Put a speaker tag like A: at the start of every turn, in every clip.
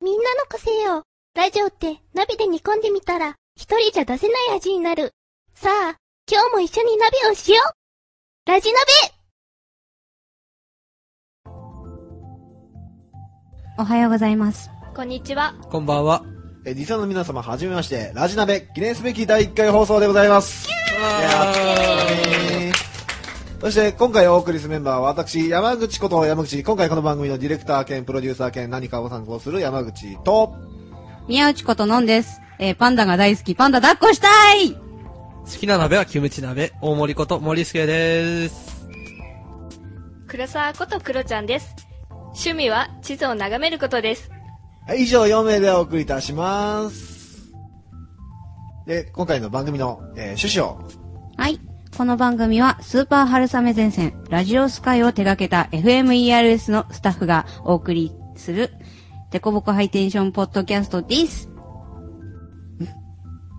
A: 女の個性を。ラジオって鍋で煮込んでみたら、一人じゃ出せない味になる。さあ、今日も一緒に鍋をしようラジ鍋
B: おはようございます。
A: こんにちは。
C: こんばんは。
D: えー、リサの皆様、はじめまして、ラジナベ記念すべき第1回放送でございます。イエーイそして、今回お送りするメンバーは、私、山口こと山口、今回この番組のディレクター兼プロデューサー兼何かを参考する山口と、
B: 宮内ことのんです。えー、パンダが大好き、パンダ抱っこしたい
C: 好きな鍋はキムチ鍋、大盛りこと森助です。
E: 黒沢こと黒ちゃんです。趣味は地図を眺めることです。
D: はい以上4名でお送りいたします。で、今回の番組の、えー趣旨を、
B: はい。この番組は、スーパー春雨前線、ラジオスカイを手掛けた FMERS のスタッフがお送りする、デコボコハイテンションポッドキャストです。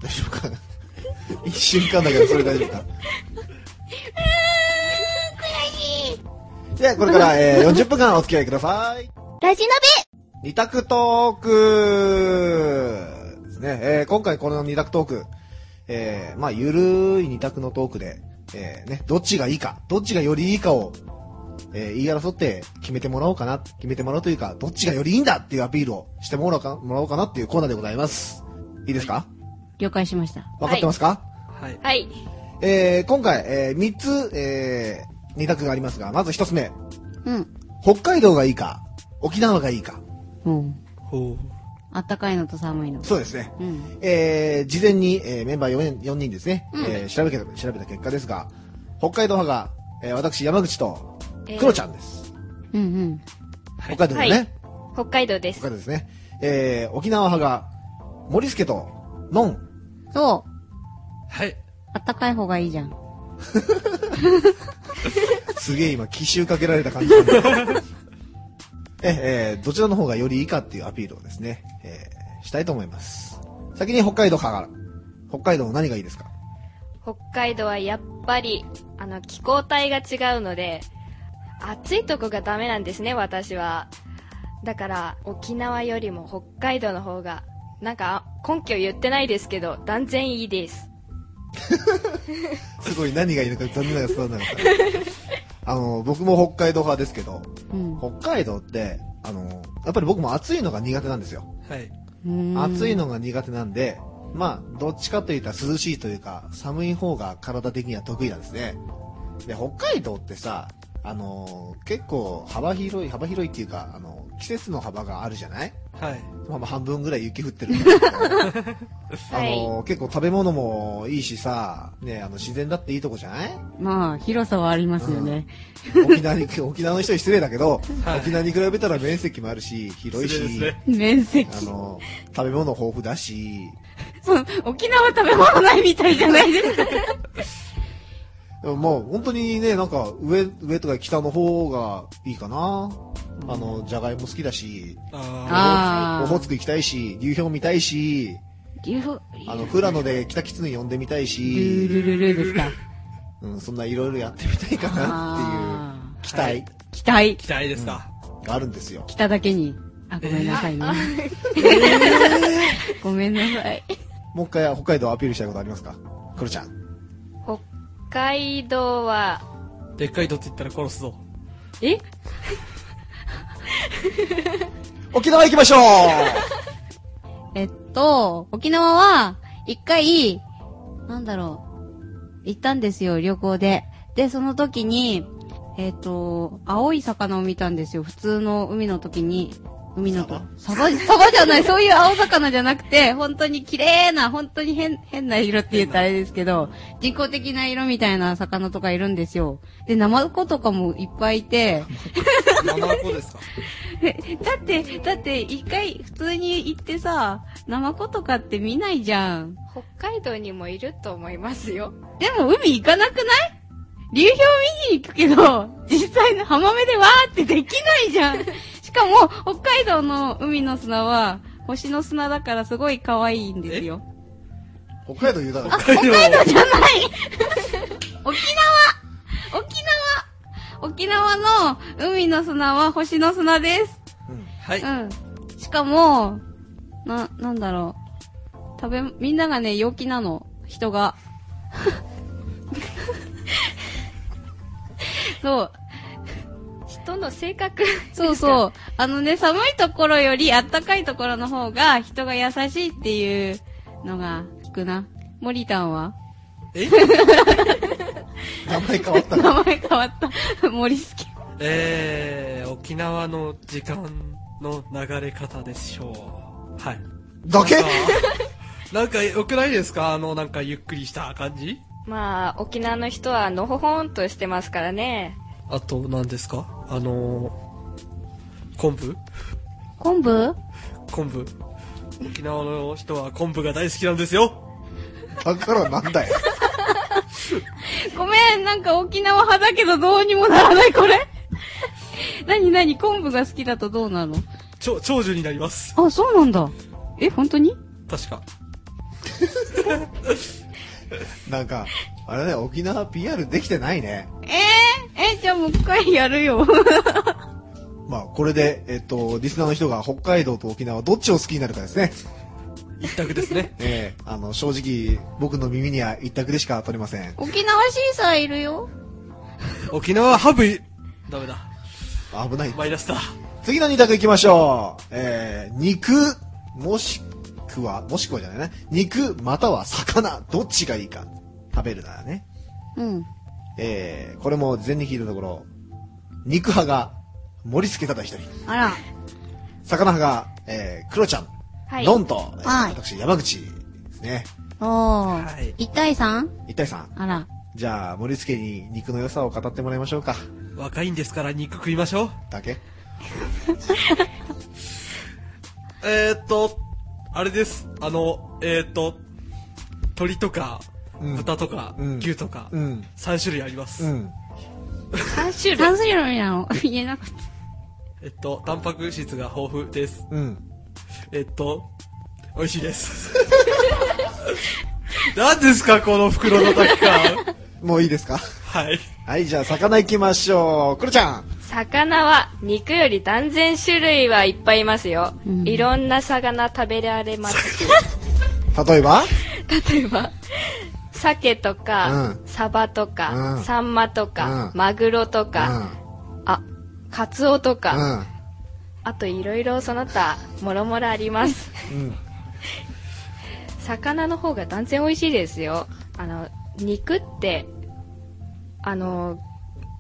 D: 大丈夫かな 一瞬間だけど、それ大丈夫か悔しいで、これから、えー40分間お付き合いください。
A: ラジ
D: 二択トークですね。えー今回この二択トーク、えーまあ、ゆるい二択のトークで、えーね、どっちがいいか、どっちがよりいいかを、えー言い争って決めてもらおうかな、決めてもらうというか、どっちがよりいいんだっていうアピールをしてもらおうか、もらおうかなっていうコーナーでございます。いいですか
B: 了解しました。
D: わかってますか、
C: はい。
E: はい。
D: えー今回、えー三つ、えー二択がありますが、まず一つ目。
B: うん。
D: 北海道がいいか、沖縄がいいか。
B: うん。
C: ほう。
B: あったかいのと寒いの。
D: そうですね。
B: うん。
D: えー事前に、えーメンバー 4, 4人ですね、えー調べけ調べた結果ですが、北海道派が、えー私、山口と、クロちゃんです。
B: うんうん。
C: はい
D: 北海道のね、
E: はい北海道で
D: 北
E: す
D: 海。道ですね。えー沖縄派が、森助と、のん。
B: そう。
C: はい。
B: あったかい方がいいじゃん。
D: すげえ今、奇襲かけられた感じなんですけどええーどちらの方がよりいいかっていうアピールをですね、えーしたいと思います。先に北海道派から、北海道の何がいいですか
E: 北海道はやっぱり、あの、気候帯が違うので、暑いとこがダメなんですね、私は。だから、沖縄よりも北海道の方が、なんか、根拠言ってないですけど、断然いいです。
D: すごい何がいいのか残念ながら伝わらなかった。あの、僕も北海道派ですけど、
B: うん。
D: 北海道って、あの、やっぱり僕も暑いのが苦手なんですよ。
C: はい。
B: うん
D: 暑いのが苦手なんで、まあ、どっちかというと涼しいというか、寒い方が体的には得意なんですね。で、北海道ってさ、あの、結構幅広い、幅広いっていうか、あの、季節の幅があるじゃない
C: はい。
D: まあまあ半分ぐらい雪降ってるんだけどあ
E: はい
D: の、結構食べ物もいいしさ、ね、あの、自然だっていいとこじゃない
B: まあ、広さはありますよね。
D: 沖縄に、 沖縄の人に失礼だけど、
C: はい
D: 沖縄に比べたら面積もあるし、広い
C: 失礼
D: し、
C: ですね
B: 面積。
D: あの、食べ物豊富だし、
B: そう沖縄食べ物ないみたいじゃない ですか。
D: でももう本当にね、なんか上、上とか北の方がいいかな。あの、じゃがいも好きだし、
C: あ
B: あ
D: オホーツク行きたいし、流氷見たいし、
B: ー。岐阜。
D: あの、富良野で北キツネ呼んでみたい
B: ルー
D: し、
B: ルルルですか。
D: うん、そんないろいろやってみたいかな
B: あ
D: っていう期待
B: ー期待
C: ー。。期待ですか。
D: があるんですよ。
B: 北だけに。あ、ごめんなさいね。 ごめんなさい。
D: もう一回北海道アピールしたいことありますかクロちゃん。
E: 北海道は、
C: でっかいとって言ったら殺すぞ。
E: え
D: 沖縄行きましょう
B: えっと、沖縄は、一回、なんだろう、行ったんですよ、旅行で。で、その時に、えっと、青い魚を見たんですよ、普通の海の時に。海のと、サバ、サバじゃない、そういう青魚じゃなくて、本当に綺麗な、本当に変、変な色って言ったらあれですけど、人工的な色みたいな魚とかいるんですよ。で、ナマコとかもいっぱいいて、
C: ナマコですか。
B: えだって、だって、一回普通に行ってさ、ナマコとかって見ないじゃん。
E: 北海道にもいると思いますよ。
B: でも海行かなくない流氷見に行くけど、実際の浜辺でわーってできないじゃ ん。しかも、北海道の海の砂は、星の砂だからすごい可愛いんですよ。
D: 北海道言うだから。
C: 北海道。
B: じゃない沖縄沖縄沖縄の海の砂は星の砂です。
C: はい。
B: うん。しかも、な、なんだろう。食べ、みんながね、陽気なの。人 が。そう。
E: 人の性格
B: そう
E: う。
B: そう。あのね、寒いところより暖かいところの方が人が優しいっていうのが聞くな。モリタン は
C: え
D: 名前変わった
B: 名前変わった。モリスケ。
C: えー、沖縄の時間の流れ方でしょう。はい。
D: だけ
C: なんか、良くないですかあの、なんか、ゆっくりした感じ
E: まあ、沖縄の人はのほほんとしてますからね。
C: あと、何ですかあのー、昆布
B: 昆布
C: 昆布。沖縄の人は昆布が大好きなんですよ
D: だからなんだよ。
B: ごめん、なんか沖縄派だけどどうにもならない、これ。 なになに、昆布が好きだとどうなの
C: 長長寿になります。
B: あ、そうなんだ。え、本当に
C: 確か。
D: なんか、あれだよ、沖縄 PR できてないね。
B: えー、えじゃあもう一回やるよ。
D: まあ、これで、えっと、リスナーの人が北海道と沖縄どっちを好きになるかですね。。
C: 一択ですね
D: ええあの、正直、僕の耳には一択でしか取りません。
B: 沖縄シーサーいるよ。
C: 沖縄ハブい、ダメだ。
D: 危ない。
C: マイナスだ。
D: 次の二択行きましょう。えー、肉、もしくは、もしくはじゃないね。肉、または魚、どっちがいいか。食べるならね。
B: うん。
D: えー、これも全に聞いたところ、肉派が森助ただ一人、
B: あら。
D: 魚派が、えー、黒ちゃん、
E: はい
D: のんと、えー
B: はい
D: 私、山口ですね。
B: おー。
C: はい
B: 一対三
D: 一対三。
B: あら。
D: じゃあ、森助に肉の良さを語ってもらいましょうか。
C: 若いんですから肉食いましょう。
D: だけ
C: えー、っと、あれです。あの、えー、っと、鳥とか、
D: うん
C: 豚とか、
D: うん
C: 牛とか、
D: うん。
C: 3種類あります、
D: うん。
E: 3種類。
B: 三種類なの 言えなくて。
C: えっと、タンパク質が豊富です。
D: うん。
C: えっと、美味しいです。 何ですか、この袋の炊き感。
D: もういいですか
C: はい。
D: はい、じゃあ、魚行きましょう。黒ちゃん。
E: 魚は肉より断然種類はいっぱいいますよ、
B: うん
E: いろんな魚食べられますし
D: 例えば
E: 例えば鮭とか、
D: うん
E: サバとか、
D: うん
E: サンマとか、
D: うん
E: マグロとか、あカツオと
D: う
E: か、
D: ん。
E: あといろいろその他もろもろあります
D: う ん。うん。
E: 魚の方が断然美味しいですよあの肉ってあの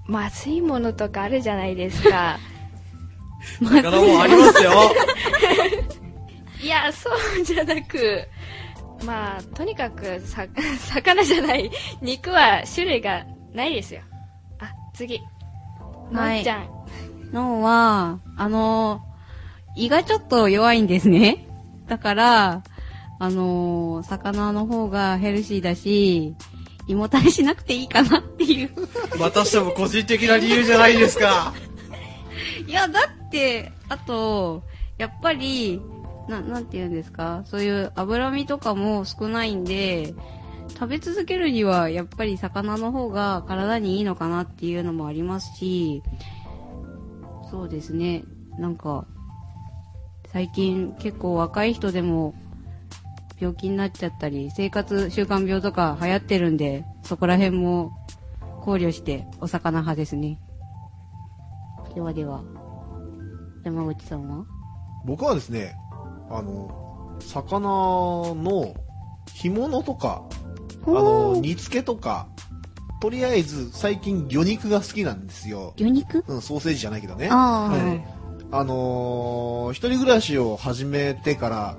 E: まずいものとかあるじゃないですか
C: 魚もありますよ。
E: いや、そうじゃなく、まあ、とにかく、さ、魚じゃない、肉は種類がないですよ。あ、次。
B: はい
E: のんちゃん。
B: のは、あのー、胃がちょっと弱いんですね。だから、あのー、魚の方がヘルシーだし、胃もたれしなくていいかなっていう。
C: またしても個人的な理由じゃないですか。
B: いや、だって、あと、やっぱり、な、なんて言うんですかそういう脂身とかも少ないんで、食べ続けるには、やっぱり魚の方が体にいいのかなっていうのもありますし、そうですね。なんか、最近結構若い人でも病気になっちゃったり、生活習慣病とか流行ってるんで、そこら辺も考慮してお魚派ですね。ではでは。山口さんは
D: 僕はですね、あの、魚の干物とか、あの、煮付けとか、とりあえず最近魚肉が好きなんですよ。
B: 魚肉
D: うん、ソーセージじゃないけどね。あ、
B: ああ、
C: はい
D: のー一人暮らしを始めてから、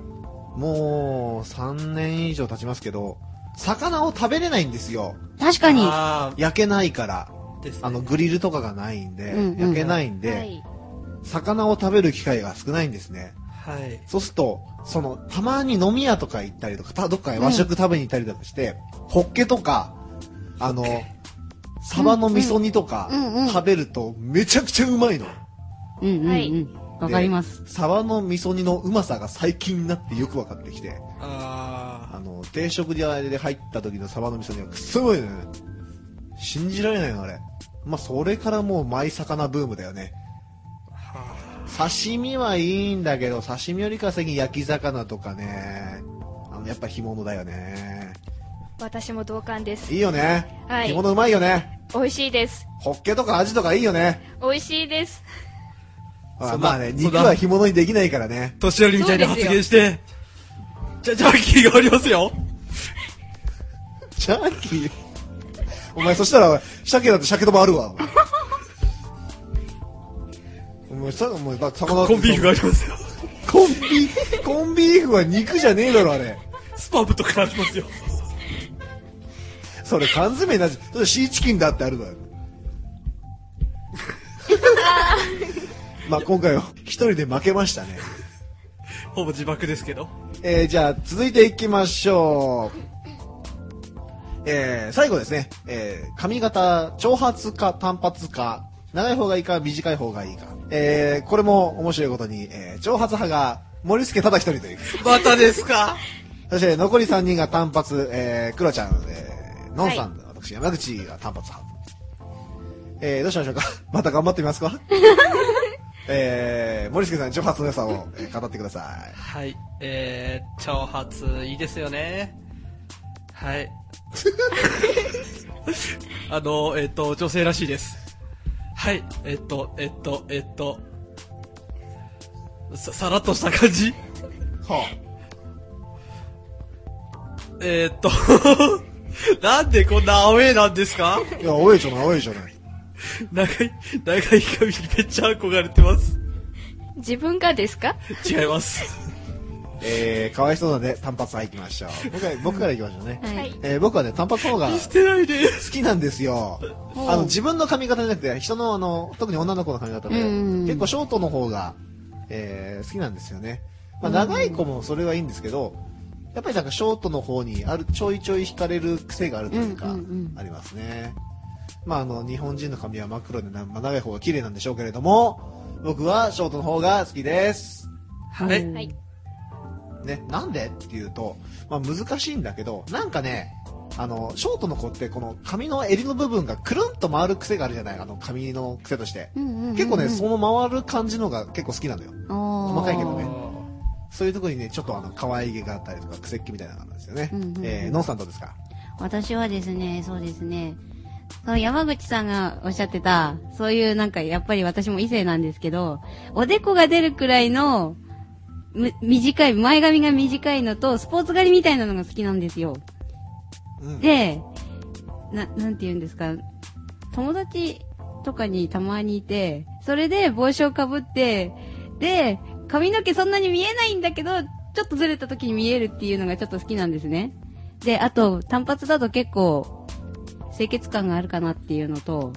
D: もう3年以上経ちますけど、魚を食べれないんですよ。
B: 確かに。
C: あ
D: 焼けないから。
C: ーですね
D: あの、グリルとかがないんで、
B: うんうん
D: 焼けないんで、
E: はい。
D: 魚を食べる機会が少ないんですね。
C: はい。
D: そうすると、その、たまに飲み屋とか行ったりとか、たどっかへ和食食べに行ったりとかして、ホッケとか、あの、サバの味噌煮とか
B: うんうん
D: 食べるとめちゃくちゃうまいの。
B: うんうんうん。わ、
E: はい
B: かります。
D: で。サバの味噌煮のうまさが最近になってよく分かってきて、
C: あ
D: あの、定食で入った時のサバの味噌煮はくっそうまいのよね。信じられないの、あれ。まあ、それからもうマイ魚ブームだよね。
C: ーは
D: 刺身はいいんだけど、刺身よりか先に焼き魚とかね、あの、やっぱ干物だよね。
E: 私も同感です
D: いいよね。
E: はい
D: 干物うまいよね。
E: 美味しいです
D: ホッケとかアジとかいいよね。
E: 美味しいです
D: ほら
C: そうだ
D: まあね、
C: そうだ
D: 肉は干物にできないからね。
C: 年寄りみたいな
E: そうで
C: 発
E: すよ
C: 言して、じゃ、ジャッキーがありますよ。
D: ジャーキー。 お前そしたら、鮭だって鮭ともあるわ。お前お前さ、お前、だ魚だって
C: コンビーフがありますよ。
D: コンビ、コンビーフは肉じゃねえだろ、あれ。
C: スパムとかありますよ。
D: それ缶詰になっちゃう。それシーチキンだってあるだろ。まあ今回は一人で負けましたね。
C: ほぼ自爆ですけど。
D: えー、じゃあ続いていきましょう。えー、最後ですね。えー、髪型、長髪か短髪か、長い方がいいか短い方がいいか。えー、これも面白いことに、えー、長髪派が森助ただ一人という。
C: またですか
D: そして残り3人が単発、えー、クロちゃん、えー、ノンさん、私、山口が単発派。えー、どうしましょうか また頑張ってみますか えー、森助さん、長髪の良さを、えー語ってくださ
C: はい。えー、長髪、いいですよね。はい。 あの、えっ、と、女性らしいです。はい。えっ、と、えっ、と、えっ、と、さ、さらっとした感じ
D: い。はあ、
C: えっ、と、 なんでこんなアウェーなんですか
D: いや、青いじゃない、青いじゃない。
C: 長い、長い髪にめっちゃ憧れてます。
E: 自分がですか
C: 違います。
D: えー、かわいそうなんで、単発派行きましょう。僕は僕から行きましょうね。
B: はい。
E: はい
D: えー、僕はね、単発の方が好
C: してないです。
D: きなんですよ。あの、自分の髪型じゃなくて、人の、あの、特に女の子の髪型で、
B: うん
D: 結構ショートの方が、えー好きなんですよね。まあ、長い子もそれはいいんですけど、やっぱりなんかショートの方にある、ちょいちょい惹かれる癖があるというか、
B: うんうんうん
D: ありますね。まあ、あの、日本人の髪は真っ黒で、なまあ長い方が綺麗なんでしょうけれども、僕はショートの方が好きです。
C: はい。
E: はい
D: ね、なんでっていうと、まあ、難しいんだけど、なんかね、あの、ショートの子ってこの髪の襟の部分がくるんと回る癖があるじゃないあの髪の癖として。結構ね、その回る感じのが結構好きなのよ。
B: 細
D: 細かいけど
C: あ
D: ね
C: ー
D: そういうところにね、ちょっとあの、可愛げがあったりとか、癖っ気みたいなのがあるんですよね。
B: うんうんうん
D: えー、ノンさんどうですか
B: 私はですね、そうですね。その山口さんがおっしゃってた、そういうなんかやっぱり私も異性なんですけど、おでこが出るくらいの、む短い、前髪が短いのと、スポーツ狩りみたいなのが好きなんですよ。
D: うん。
B: で、な、なんて言うんですか、友達とかにたまにいて、それで帽子をかぶって、で、髪の毛そんなに見えないんだけど、ちょっとずれた時に見えるっていうのがちょっと好きなんですね。で、あと、単発だと結構、清潔感があるかなっていうのと、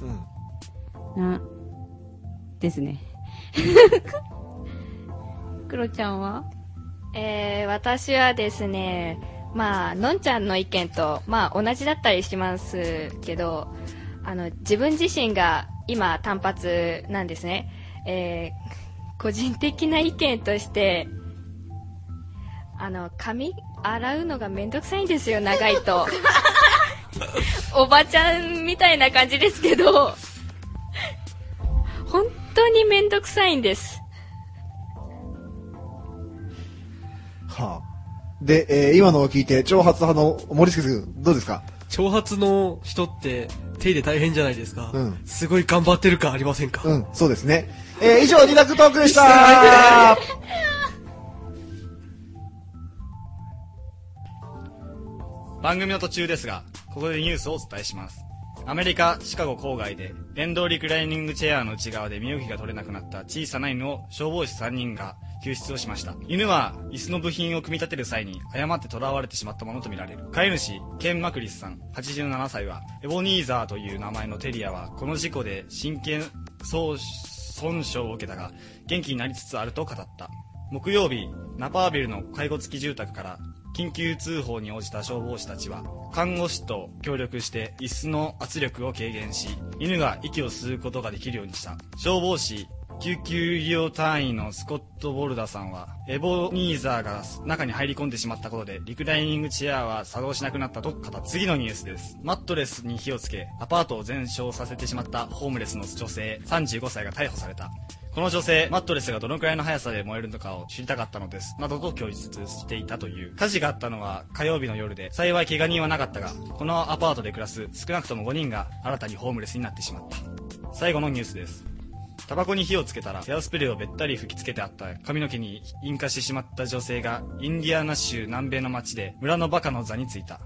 D: うん。
B: な、ですね。 クロちゃんは
E: えー、私はですね、まあ、のんちゃんの意見と、まあ、同じだったりしますけど、あの、自分自身が今、単発なんですね。えー、個人的な意見として、あの、髪洗うのがめんどくさいんですよ、長いと。おばちゃんみたいな感じですけど、本当にめんどくさいんです。
D: はあ。で、えー、今のを聞いて、長髪派の森助君、どうですか
C: 長髪の人って手入れ大変じゃないですか、
D: うん
C: すごい頑張ってる感ありませんか、
D: うん、そうですね。えー、以上、リラクトークでした
F: 番組の途中ですが、ここでニュースをお伝えします。アメリカ・シカゴ郊外で、電動リクライニングチェアの内側で身動きが取れなくなった小さな犬を消防士3人が救出をしました。犬は椅子の部品を組み立てる際に誤って囚われてしまったものとみられる。飼い主、ケン・マクリスさん、87歳は、エボニーザーという名前のテリアは、この事故で神経損傷を受けたが、元気になりつつあると語った。木曜日、ナパービルの介護付き住宅から緊急通報に応じた消防士たちは、看護師と協力して椅子の圧力を軽減し、犬が息を吸うことができるようにした。消防士、救急医療隊員のスコット・ボルダさんは、エボニーザーが中に入り込んでしまったことで、リクライニングチェアは作動しなくなったと語った。次のニュースです。マットレスに火をつけ、アパートを全焼させてしまったホームレスの女性35歳が逮捕された。この女性、マットレスがどのくらいの速さで燃えるのかを知りたかったのです、などと供述していたという。火事があったのは火曜日の夜で、幸い怪我人はなかったが、このアパートで暮らす少なくとも5人が新たにホームレスになってしまった。最後のニュースです。タバコに火をつけたらヘアスプレーをべったり吹きつけてあった髪の毛に引火してしまった女性がインディアナ州南米の町で村のバカの座についた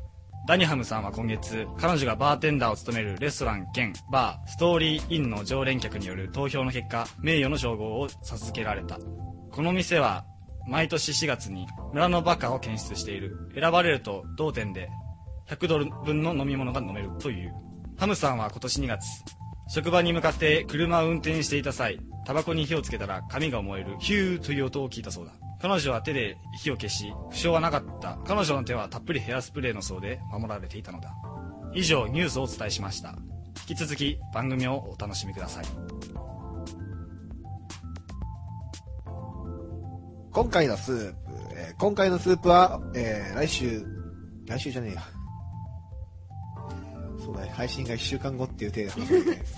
F: ダニハムさんは今月彼女がバーテンダーを務めるレストラン兼バーストーリーインの常連客による投票の結果名誉の称号を授けられたこの店は毎年4月に村のバカを検出している選ばれると同店で100ドル分の飲み物が飲めるというハムさんは今年2月職場に向かって車を運転していた際タバコに火をつけたら紙が燃えるヒューという音を聞いたそうだ彼女は手で火を消し負傷はなかった彼女の手はたっぷりヘアスプレーの層で守られていたのだ以上ニュースをお伝えしました引き続き番組をお楽しみください
D: 今回のスープ、えー今回のスープは、えー来週、来週じゃねえよ。そうだよ、配信が1週間後っていう体で話さないといけないです。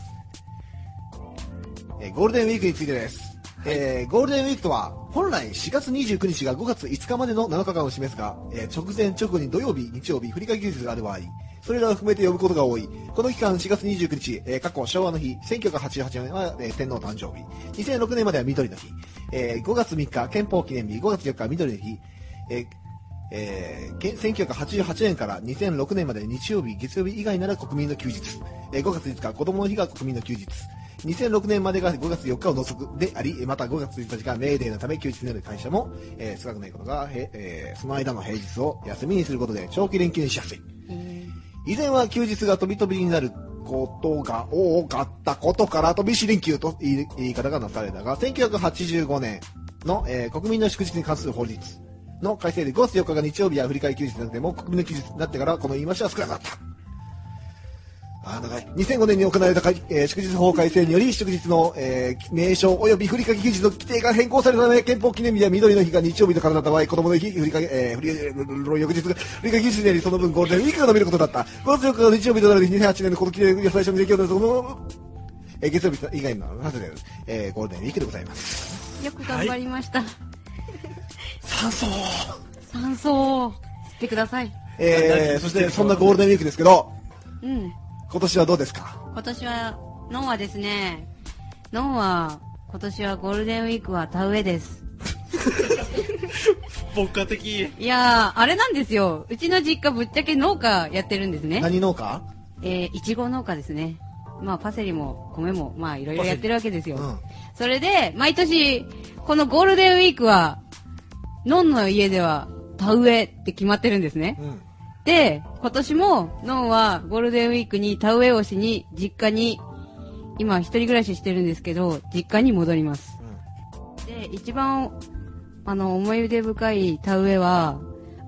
D: えーゴールデンウィークについてです。えーゴールデンウィークとは、本来4月29日が5月5日までの7日間を示すが、えー直前直後に土曜日、日曜日、振り替え休日がある場合、それらを含めて呼ぶことが多い。この期間、4月29日、えー過去昭和の日、1988年は、えー天皇誕生日、2006年までは緑の日、えー5月3日、憲法記念日、5月4日は緑の日、えーえーけ1988年から2006年まで日曜日、月曜日以外なら国民の休日、えー5月5日、子供の日が国民の休日、2006年までが5月4日を除くであり、えーまた5月1日がメーデーのため休日になる会社も、えー少なくないことが、へえーその間の平日を休みにすることで長期連休にしやすい。以前は休日が飛び飛びになることが多かったことから飛び石連休と言い言い方がなされたが、1985年の、えー国民の祝日に関する法律の改正で5月4日が日曜日や振り替え休日などでも国民の休日になってからこの言い回しは少なくなった。あー長い2005年に行われた改、えー祝日法改正により祝日の、えー名称及び振りかけ休日の規定が変更されたため憲法記念日や緑の日が日曜日と重なった場合子供の日振りかけ、えー振りえー翌日が振りかけ休日になりその分ゴールデンウィークが伸びることだった5月4日が日曜日となる2008年のこの記念日が最初にできるのはその、えー月曜日以外のなぜで、えーゴールデンウィークでございます
B: よく頑張りました。
D: 酸素
B: 酸素をしてください。
D: えー、そしてそんなゴールデンウィークですけど
B: うん。
D: 今年はどうですか
B: 今年は、ノンはですね、ノンは、今年はゴールデンウィークは田植えです。
C: 牧歌的。
B: いやー、あれなんですよ。うちの実家ぶっちゃけ農家やってるんですね。
D: 何農家
B: えー、いちご農家ですね。まあ、パセリも米も、まあ、いろいろやってるわけですよ。
D: うん
B: それで、毎年、このゴールデンウィークは、ノンの家では、田植えって決まってるんですね。
D: うん
B: で、今年も、ノンはゴールデンウィークに田植えをしに、実家に、今一人暮らししてるんですけど、実家に戻ります。で、一番、あの、思い出深い田植えは、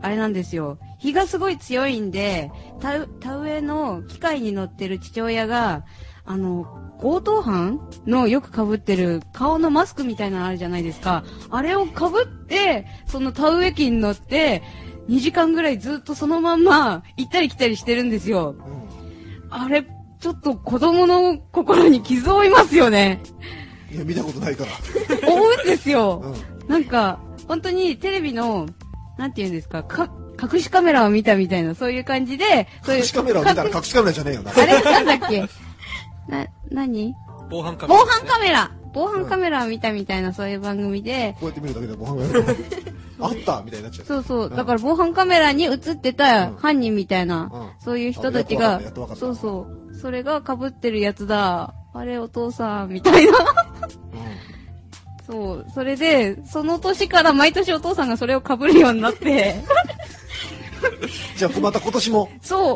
B: あれなんですよ。日がすごい強いんで、田田植えの機械に乗ってる父親が、あの、強盗犯のよく被ってる顔のマスクみたいなのあるじゃないですか。あれを被って、その田植え機に乗って、2時間ぐらいずっとそのまんま行ったり来たりしてるんですよ。
D: うん
B: あれ、ちょっと子供の心に傷を負いますよね。
D: いや見たことないから
B: 思うんですよ。
D: うん
B: なんか、本当にテレビの、なんて言うんですか、か、隠しカメラを見たみたいな、そういう感じで、 そういう。
D: 隠しカメラを見たら
B: 隠
D: 隠しカメラじゃねえよな。
B: あれなんだっけな、何
C: 防犯カメ
B: 防
C: ラ。
B: 犯カメラ防犯カメラを見たみたいな、そういう番組で、
D: こうやって見るだけでもう分かるあったみたいになっちゃう。
B: そうそう、
D: ん
B: だから防犯カメラに映ってた
D: うん
B: 犯人みたいな、
D: うん
B: そういう人たち
D: あ
B: が
D: やっとわかっ、た
B: そ
D: や
B: う
D: っと
B: そう、それが被ってるやつだ、あれお父さん、みたいな。 そう、それで、その年から毎年お父さんがそれを被るようにな って、
D: じゃあまた今年も。
B: そ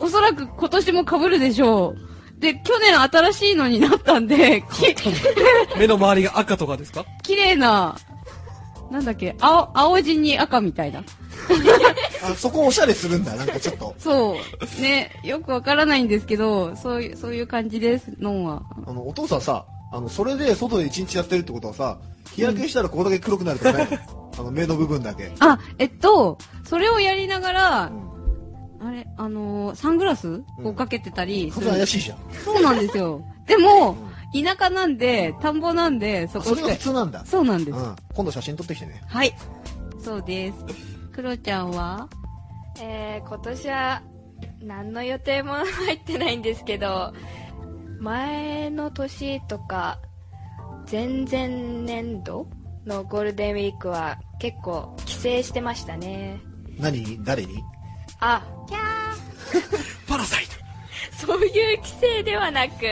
B: う。おそらく今年も被るでしょう。で、去年新しいのになったんで、き、
C: 目の周りが赤とかですか
B: 綺麗な、なんだっけ、青、青地に赤みたいな。
D: あそこおしゃれするんだ。なんかちょっと。
B: そう。ね、よくわからないんですけど、そういう、そういう感じです、ノンは。
D: あの、お父さんさ、あの、それで外で一日やってるってことはさ、日焼けしたらここだけ黒くなると かないの、あの、目の部分だけ。
B: あ、えっと、それをやりながら
D: う、ん
B: あれ、あのーサングラスをかけてたりす
D: そ
B: る
D: れ怪しいじゃん。
B: そうなんですよ。でも、田舎なんで、田んぼなんで、そこ
D: それ
B: し
D: が
B: か
D: 普。通なんだ。
B: そうなん
D: う
B: です。
D: ん。今度写真撮ってきてね。
B: はい。そうです。クロちゃんは
E: えー、今年は何の予定も入ってないんですけど前の年とか前々年度のゴールデンウィークは結構帰省してましたね
D: 何に誰に
E: あ
C: パラサイト
E: そういう帰省ではなく、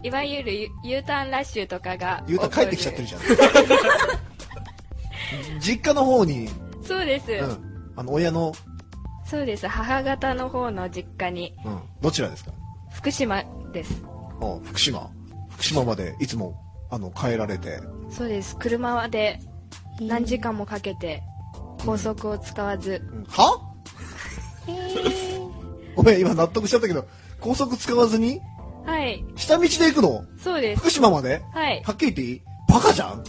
D: うん。
E: いわゆる U, U ターンラッシュとかが
D: 言うたら帰ってきちゃって るじゃん。実家の方に、
E: ゃんそうです、
D: うん。あの、親の、
E: そうです母方の方の実家に
D: うん。どちらですか
E: 福島です
D: あ福島。福島までいつも、あの、帰られて。
E: そうです車で何時間もかけて高速を使わず、
D: うんはごめん、今納得しちゃったけど、高速使わずに
E: はい
D: 下道で行くの
E: そうです
D: 福島まで
E: はい
D: はっきり言っていいバカじゃん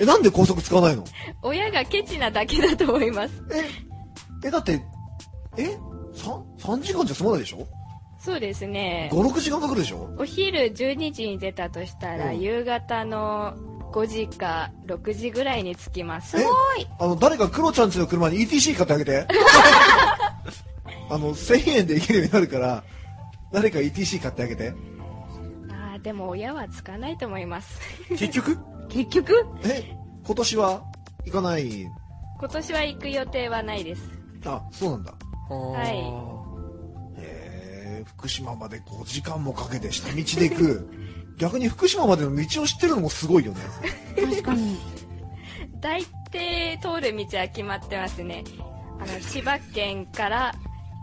D: え、なんで高速使わないの
E: 親がケチなだけだと思います
D: え、え、だって、え ?3、3時間じゃ済まないでしょ
E: そうですね
D: ?5、6時間かかるでしょ
E: お昼12時に出たとした
D: う
E: ら、
D: ん
E: 夕方の5時か6時ぐらいに着きます
D: えあの、誰かクロちゃんちの車に ETC 買ってあげて。あの、1000円で行けるようになるから、誰か ETC 買ってあげて。
E: あーでも親はつかないと思います
C: 結局
B: 結局
D: え、今年は行かない。
E: 今年は行く予定はないです
D: あ、そうなんだ。
E: は
D: へえ、福島まで5時間もかけて下道で行 く。逆に福島までの道を知ってるのもすごいよね。
B: 確かに。
E: 大抵通る道は決まってますねあの千葉県から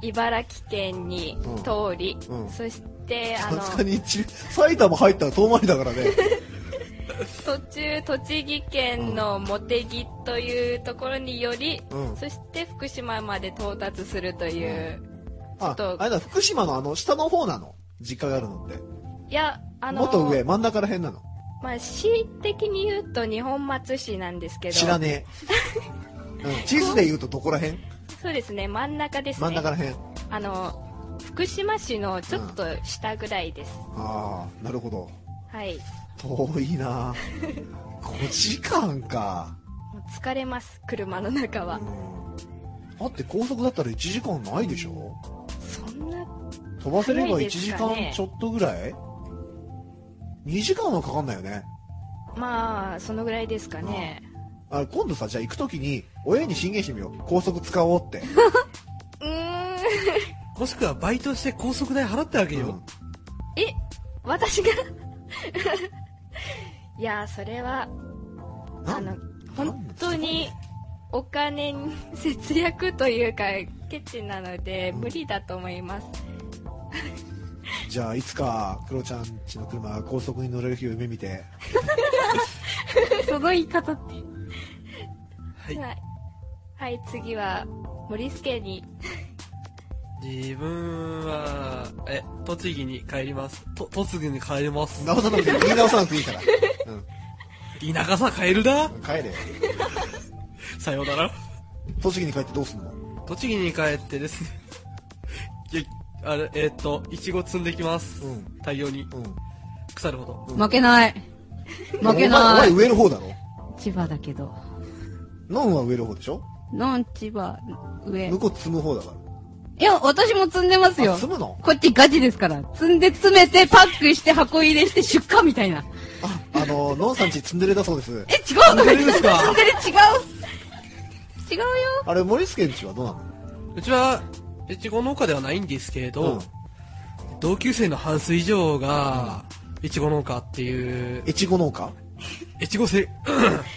E: 茨城県に通り、
D: うんうん
E: そしてあの
D: 確かに一、埼玉入ったら遠回りだから ね。
E: 途中栃木県の茂木というところにより、
D: うん
E: そして福島まで到達するという、
D: あ
E: ちょっ、と
D: あれだ、福島のあの、下の方なの。実家があるのって。
E: いやあの
D: もっと上、真ん中ら辺なの。
E: まあ、市的に言うと日本松市なんですけど
D: 知らね え。うん、地図で言うとどこら辺
E: そうですね真ん中ですね
D: 真ん中ら辺。
E: あの福島市のちょっと下ぐらいです、
D: ああ、なるほど。
E: はい
D: 遠い な5時間か。
E: もう疲れます車の中は
D: う、ん。だって高速だったら1時間ないでしょ
E: そんな
D: 飛ばせれば
E: ない
D: 1
E: です
D: 時
E: かね
D: 間ちょっとぐらい ?2 時間はかかんないよね。
E: まあそのぐらいですかね
D: あ今度さ、じゃあ行くときに、親に進言してみよう。高速使おうって。
E: うーん
C: もしくはバイトして高速代払ってあげよう、
D: うん
E: え私が いやそれは
D: な
E: あ
D: ん
E: の本当にお金に節約というかケチなので
D: うん
E: 無理だと思います
D: じゃあいつか、クロちゃんちの車が高速に乗れる日を夢見て。
B: その言い方って。
C: はい
E: はい、はい、次は森助に
C: 自分はえ栃木に帰りますと栃木に帰ります
D: 直さなく ていい。言い直さなくていいから。うん。
C: 田舎さ帰るな
D: 帰れよ。
C: さようなら
D: 栃木に帰ってどうすんの
C: 栃木に帰ってですね いやあれえーっといちご積んできます、
D: うん
C: 大量に
D: うん。
C: 腐るほど
B: 負けない。負けな
D: お前お前
B: い。
D: 上の方だろ
B: 千葉だけど。
D: ノンは上の方でしょ
B: のん千葉、上。
D: 向こう積む方だか
B: いや、私も積んでます
D: ら。
B: よ
D: あ、。積むの
B: こっちガチですから。積んで詰めて、パックして、箱入れして、出荷みたいな。
D: あ、あの、ノンさんち積んでるだそうです
B: え、。違うの
C: 積んでるんですか
B: 積んでる違う違うよ
D: あれ、森助んちはどうなの
C: うちはいちご農家ではないんですけれど、同級生の半数以上がいちご農家っていう
D: いちご農家
C: いちごせ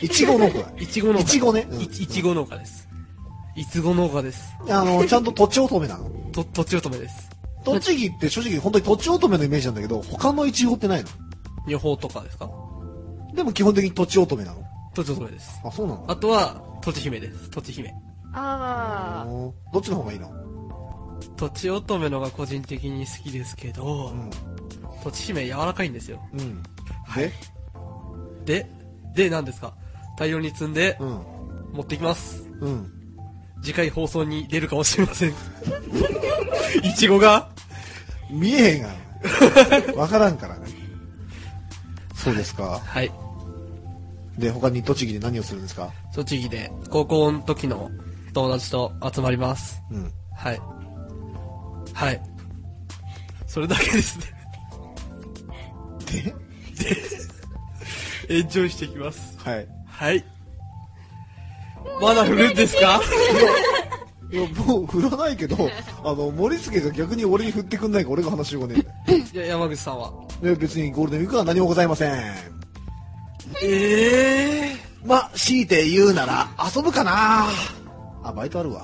D: いちご農家だ
C: いちご農家
D: いちごねうん
C: いいちご農家ですいちご農家です
D: あの、ちゃんと土地乙女なの
C: ととちおとめです
D: 栃木って正直本当に土地乙女のイメージなんだけど、他のいちごってないの
C: 予報とかですか
D: でも基本的に土地乙女なの
C: とちおとめです
D: あ、そうなの
C: あとはとち姫ですとち姫
E: あ
D: おーどっちの方がいいの
C: とちおとめのが個人的に好きですけど、
D: うん。
C: とちしめ柔らかいんですよ。
D: うん。で、
C: で、で、何ですか大量に積んで
D: う、ん。
C: 持ってきます。
D: うん。
C: 次回放送に出るかもしれません。 いちごが
D: 見えへんがな。わからんからね。そうですか。
C: はい。
D: で、他に栃木で何をするんですか
C: 栃木で、高校の時の友達と集まります。
D: うん。
C: はい。はい。それだけですね。
D: で
C: エンジョイしてきます。
D: はい。
C: はい。まだ振るんですか
D: いや、もう振らないけど、あの、森助が逆に俺に振ってくんないから俺が話しようねえんだよ。
C: いや山口さんは。
D: で、別にゴールデンウィークは何もございません。
C: ええ
D: ま、強いて言うなら、遊ぶかなあ、バイトあ るわ。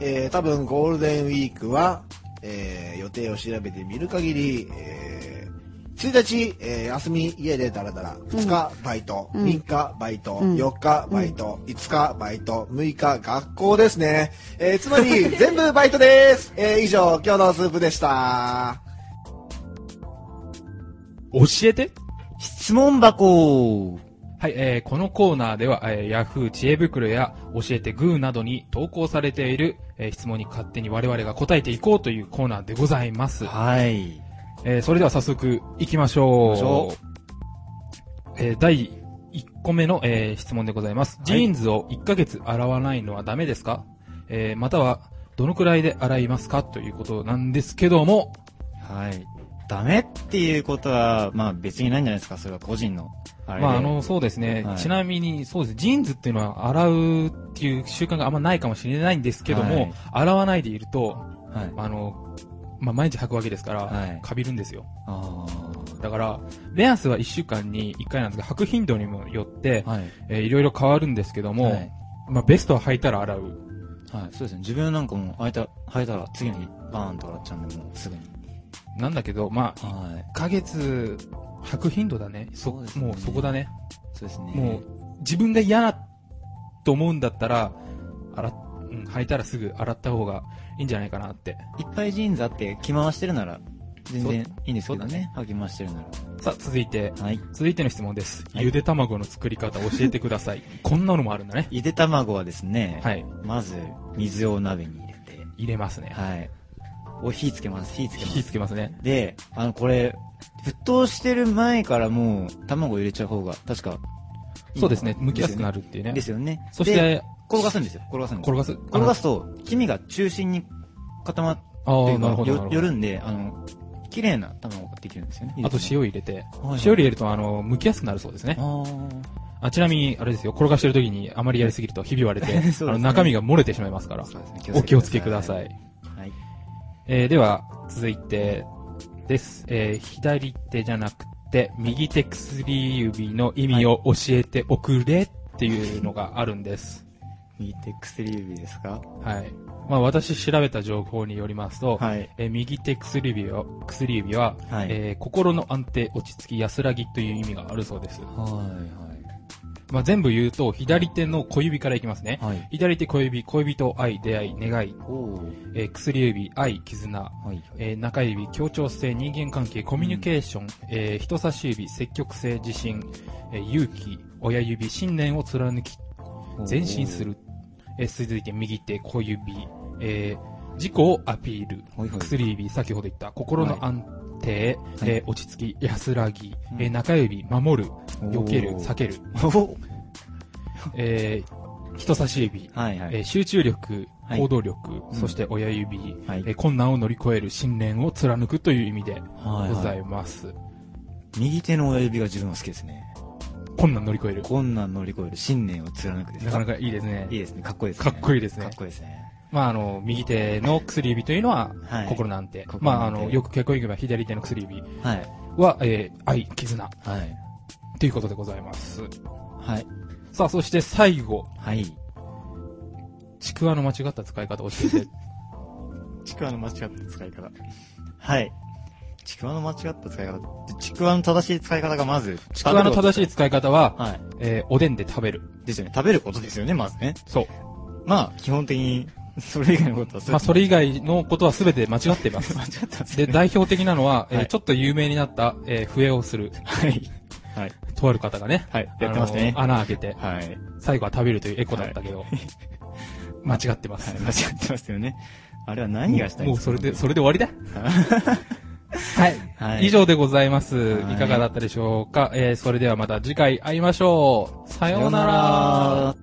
D: えー、多分ゴールデンウィークは、えー、予定を調べてみる限り、えー、1日、えー、休み家でダラダラ、2日バイト、
B: ん
D: 3日バイト、
B: ん
D: 4日バイト、5日バイト、6日学校ですね。えー、つまり 全部バイトです。えー、以上、今日のスープでした。
G: 教えて
H: 質問箱
G: はい、えーこのコーナーでは、えー、Yahoo 知恵袋や教えてグーなどに投稿されている、えー質問に勝手に我々が答えていこうというコーナーでございます。
H: はい。
G: えーそれでは早速行きましょう。
H: 行きましょ
G: えー第1個目の、えー質問でございます、
H: い
G: ジーンズを1ヶ月洗わないのはダメですかえーまたは、どのくらいで洗いますかということなんですけども、
H: はい。ダメっていうことは、まあ別にないんじゃないですか、それは個人の。あれで
G: まあ、あの、そうですね、
H: はい
G: ちなみに、そうです。ジーンズっていうのは、洗うっていう習慣があんまないかもしれないんですけども、
H: はい
G: 洗わないでいると、
H: はい。
G: あの、まあ、毎日履くわけですから、
H: はい
G: かびるんですよ。
H: あ
G: だから、レアンスは1週間に1回なんですが、履く頻度にもよって
H: ー、はい。
G: えーいろいろ変わるんですけども、
H: はい
G: まあ、ベストは履いたら洗う。
H: はい、そうですね。自分なんかも、あいた、履いたら、次の日、バーンと洗っちゃうんで、もう、すぐに。
G: なんだけど、まあ、
H: はい。
G: 1ヶ月、履く頻度だね。そ、
H: そうですね
G: もうそこだね。
H: そうですね。
G: もう、自分が嫌なと思うんだったら、洗っ、うん、履いたらすぐ洗った方がいいんじゃないかなって。
H: いっぱいジーンズあって、着回してるなら、全然いいんですけど
G: そうだ
H: ね。履き回してるな
G: さあ、続いて、
H: ら。はい。
G: 続いての質問です。
H: はい
G: ゆで卵の作り方教えてくださ い。こんなのもあるんだね。
H: ゆで卵はですね、
G: はい。
H: まず、水を鍋に入れて、
G: 入れますね。
H: はい。お、火つけます、火つけます。
G: 火つけますね。
H: で、あの、これ、沸騰してる前からもう、卵入れちゃう方が、確か、
G: そうですね。剥きやすくなるっていうね。
H: ですよね。
G: そし
H: で、
G: て、
H: 転がすんですよ、転がすんです
G: 転がす。
H: 転がすと、黄身が中心に固まっ
G: あの
H: て
G: あ
H: い
G: ー、
H: う
G: なる
H: か
G: ほど。な
H: よ
G: る、ほど
H: 寄るんで、あの、綺麗な卵ができるんですよね。
G: あと塩
H: 入
G: 入れて。
H: れても。はいはい
G: 塩入れると、あの、剥きやすくなるそうですね。
H: あ
G: あちなみに、あれですよ、転がしてる時にあまりやりすぎるとひび割れて、
H: そうですね
G: あの中身が漏れてしまいますから
H: あ。、そうですね
G: お気をつけください。。
H: はい。
G: えーでは、続いてです。えー左手じゃなくて、右手薬指の意味を教えておくれっていうのがあるんです。
H: 右手薬指ですか
G: はい。まあ私調べた情報によりますと、
H: はい。
G: えー右手薬指は、薬指は、
H: はい
G: えー心の安定、落ち着き、安らぎという意味があるそうです。
H: はい、
G: まあ全部言うと、左手の小指からいきますね。
H: はい。はい。
G: 左手小指、恋人、愛、出会い、願い、
H: おお。はい、
G: えー薬指、愛、絆、
H: はい。
G: えー中指、協調性、人間関係、コミュニケーション、えー人差し指、積極性、自信、えー勇気、親指、信念を貫き、
H: おー
G: 前進す。る、えー続いて右手、小指、えー自己をアピール、
H: はいはい
G: 薬指、先ほど言った、心の安定、
H: はい
G: えー落ち着き、安らぎ、
H: うん
G: えー中指、守る、 避ける、
H: おー
G: 避ける、
H: おー
G: えー人差し指、
H: はいは
G: えー
H: い。
G: 集中力、
H: はい
G: 行動力、
H: ん
G: そして親指、
H: はい
G: えー困難を乗り越える信念を貫くという意味で
H: は
G: ござ
H: い。
G: います。
H: 右手の親指が自分は好きですね。
G: 困難乗り越える。
H: 困難乗り越える信念を貫くです。
G: なかなかいいですね。
H: いいですね。かっこいいです
G: か
H: ね。
G: っこいいですね
H: かっこいいですね。
G: まあ、あの、右手の薬指というのは、
H: はい
G: 心なんて。
H: 心
G: ま
H: の安定
G: あ、あの、よく結婚行けば左手の薬指
H: はい。
G: は、えー愛、絆、
H: はい。
G: ということでございます。
H: はい。
G: さあ、そして最後、
H: はい。
G: ちくわの間違った使い方を教 えて。
H: ちくわの間違った使い方。はい。ちくわの間違った使い方。ちくわの正しい使い方がまず、
G: ちくわの正しい
H: い。
G: 使い方は、
H: はい。
G: えーおでんで食べる。
H: ですよね。食べることですよね、まずね。
G: そう。
H: まあ、基本的に、 それ以外のことは
G: まあ、そ
H: れ
G: れ以外のことは全て間違っています
H: 間。違ってます
G: で、
H: ね。
G: 代表的なのは、えー
H: はい
G: ちょっと有名になった、えー笛をする、
H: はい。はい。
G: とある方がね、
H: はい。やってましたね。
G: あの穴開けて、
H: はい。はい。
G: 最後は食べるというエコだったけど、間違ってます。
H: 間違ってますよね。あれは何がしたいん
G: も
H: で
G: う
H: すか
G: それで、それで終わりだ。はい。
H: はい。
G: 以上でございます。
H: はい
G: いかがだったでしょうか、えー、それではまた次回会いましょう。さ
H: さ
G: よ
H: よ
G: う
H: う
G: な
H: な
G: ら。
H: ら。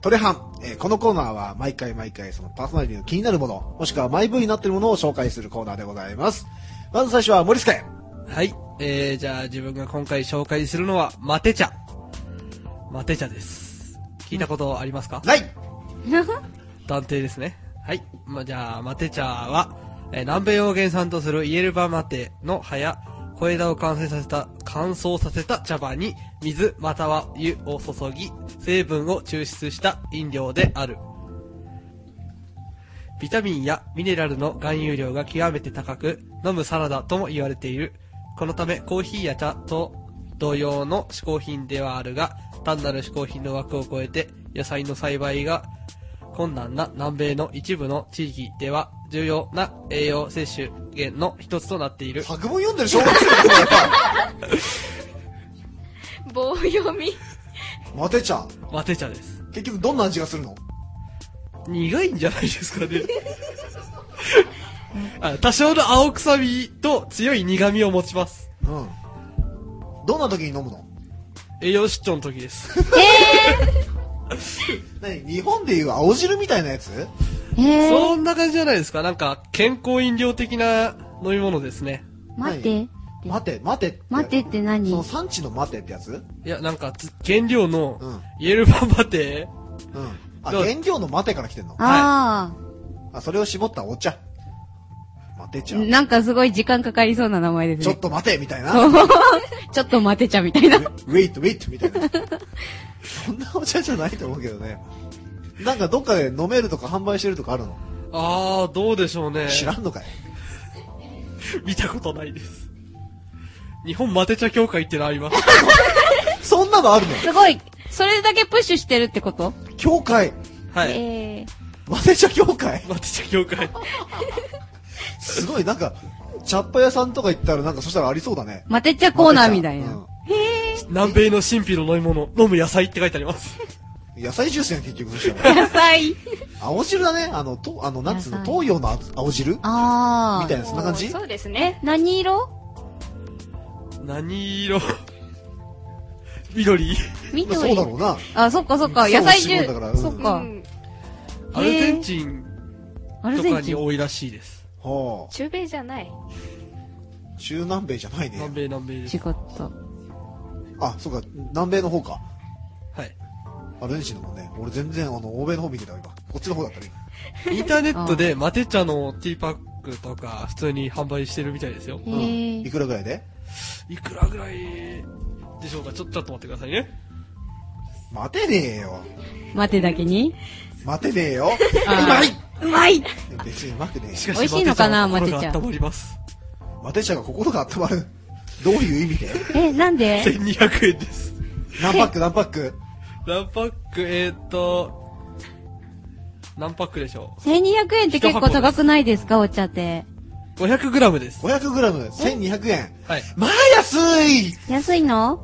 D: トレハン、えーこのコーナーは毎回毎回そのパーソナリティの気になるもの、もしくはマイブーになっているものを紹介するコーナーでございます。まず最初は森助。
C: はい。えー、じゃあ自分が今回紹介するのは、マテ茶。マテ茶です。聞いたことありますか、
D: ない
C: 断定ですね。はい。まあ、じゃあ、マテ茶は、えー南米を原産とするイエルバマテの葉や、小枝を完成させた、乾燥させた茶葉に、水または湯を注ぎ、成分を抽出した飲料である。ビタミンやミネラルの含有量が極めて高く、飲むサラダとも言われている。このため、コーヒーや茶と同様の嗜好品ではあるが、単なる嗜好品の枠を超えて、野菜の栽培が困難な南米の一部の地域では、重要な栄養摂取源の一つとなっている。
D: 作文読んでる小学生だよやっ
E: 棒読み。
D: ぱマテ茶。
C: マテ茶です。
D: 結局どんな味がするの
C: 苦いんじゃないですかね。あ多少の青臭みと強い苦味を持ちます。
D: うん。どんな時に飲むの
C: 栄養失調の時です。
D: 何日本でいう青汁みたいなやつ
B: えー、
C: そんな感じじゃないですか。なんか、健康飲料的な飲み物ですね。
B: 待って。
D: 待て、待てって。
B: 待ってって
D: その
B: 何
D: 産地の待てってやつ
C: いや、なんか、つ原料の
D: うん、
C: イエルバンバテ、
D: うん。あ、
C: どう
D: 原料の待てから来てんの
B: あ
D: あ、それを絞ったお茶。待て
B: あ、
D: 茶。
B: なんかすごい時間かかりそうな名前です
D: ちょ
B: ね
D: っ。と待てみたいな。
B: ちょっと待てちゃみたい な。
D: wait, wait みたいな。そんなお茶じゃないと思うけどね。なんかどっかで飲めるとか販売してるとかあるの
C: あー、どうでしょうね。
D: 知らんのかい
C: 見たことないです。日本マテ茶協会ってのあります。
D: そんなのあるの
B: すごい。それだけプッシュしてるってこと
D: 協会。
C: はい。
B: ええ
D: マテ茶協会。
C: マテ茶協会。
D: すごい、なんか、茶っ葉屋さんとか行ったらなんかそしたらありそうだね。
B: 待てちゃコーナーみたいな。
C: 南米の神秘の飲み物、飲む野菜って書いてあります。
D: うん。野菜ジュースやん、結局そ したら。
B: 野菜。
D: 青汁だね。あの、と、あの、なんつうの、
B: 野菜
D: 東洋の青汁み
B: あ
D: たいな、そんな感じ
E: そうですね。
B: あ。何色
C: 何色緑
D: まあそう
B: 緑
D: だ。ろうな。
B: あ、そっかそっか。
D: そう
B: 野菜
D: 絞るんだからう
B: 中。
D: ん
B: そっ
E: う
B: か。
E: ん。
C: アルゼンチン
B: アル
C: と
B: ゼ
C: か
B: ンチ
C: に
B: ン。
C: 多いらしいです。
D: は
E: 中米じゃない。
D: あ、中南米じゃないね。
C: 南米南米で
B: 違
C: す。
B: った。
D: あ、そうか、南米の方か。
C: はい。
D: アルゼンチンだもんね。俺全然、あの、欧米の方見てたわ、今。こっちの方だったね。
C: インターネットでマテ茶のティーパックとか普通に販売してるみたいですよ。
B: へ
D: うん。
B: え
D: い。くらぐらいで
C: いくらぐらいでしょうかちょ、ちょっと待ってくださいね。
D: 待てねえよ。
B: 待てだけに。
D: 待てねえよ。
B: あー
D: うまいう
B: まい
D: 別にうまくねえ
C: し
D: し。
C: かし、
B: 美味しいのかな
C: マテ茶
B: マテ
C: は
B: 茶
C: 心が温まります。
D: 待て者が心が温まる。どういう意味 で
B: え、なんで
C: 1200円です。
D: 何パック何パック
C: 何パック、えーっと、何パックでしょ
B: ?1200 円って結構高くないですかお茶って。
C: う ?500g です。
D: 500グラム1200円。
C: はい。
D: まあ安い
B: 安いの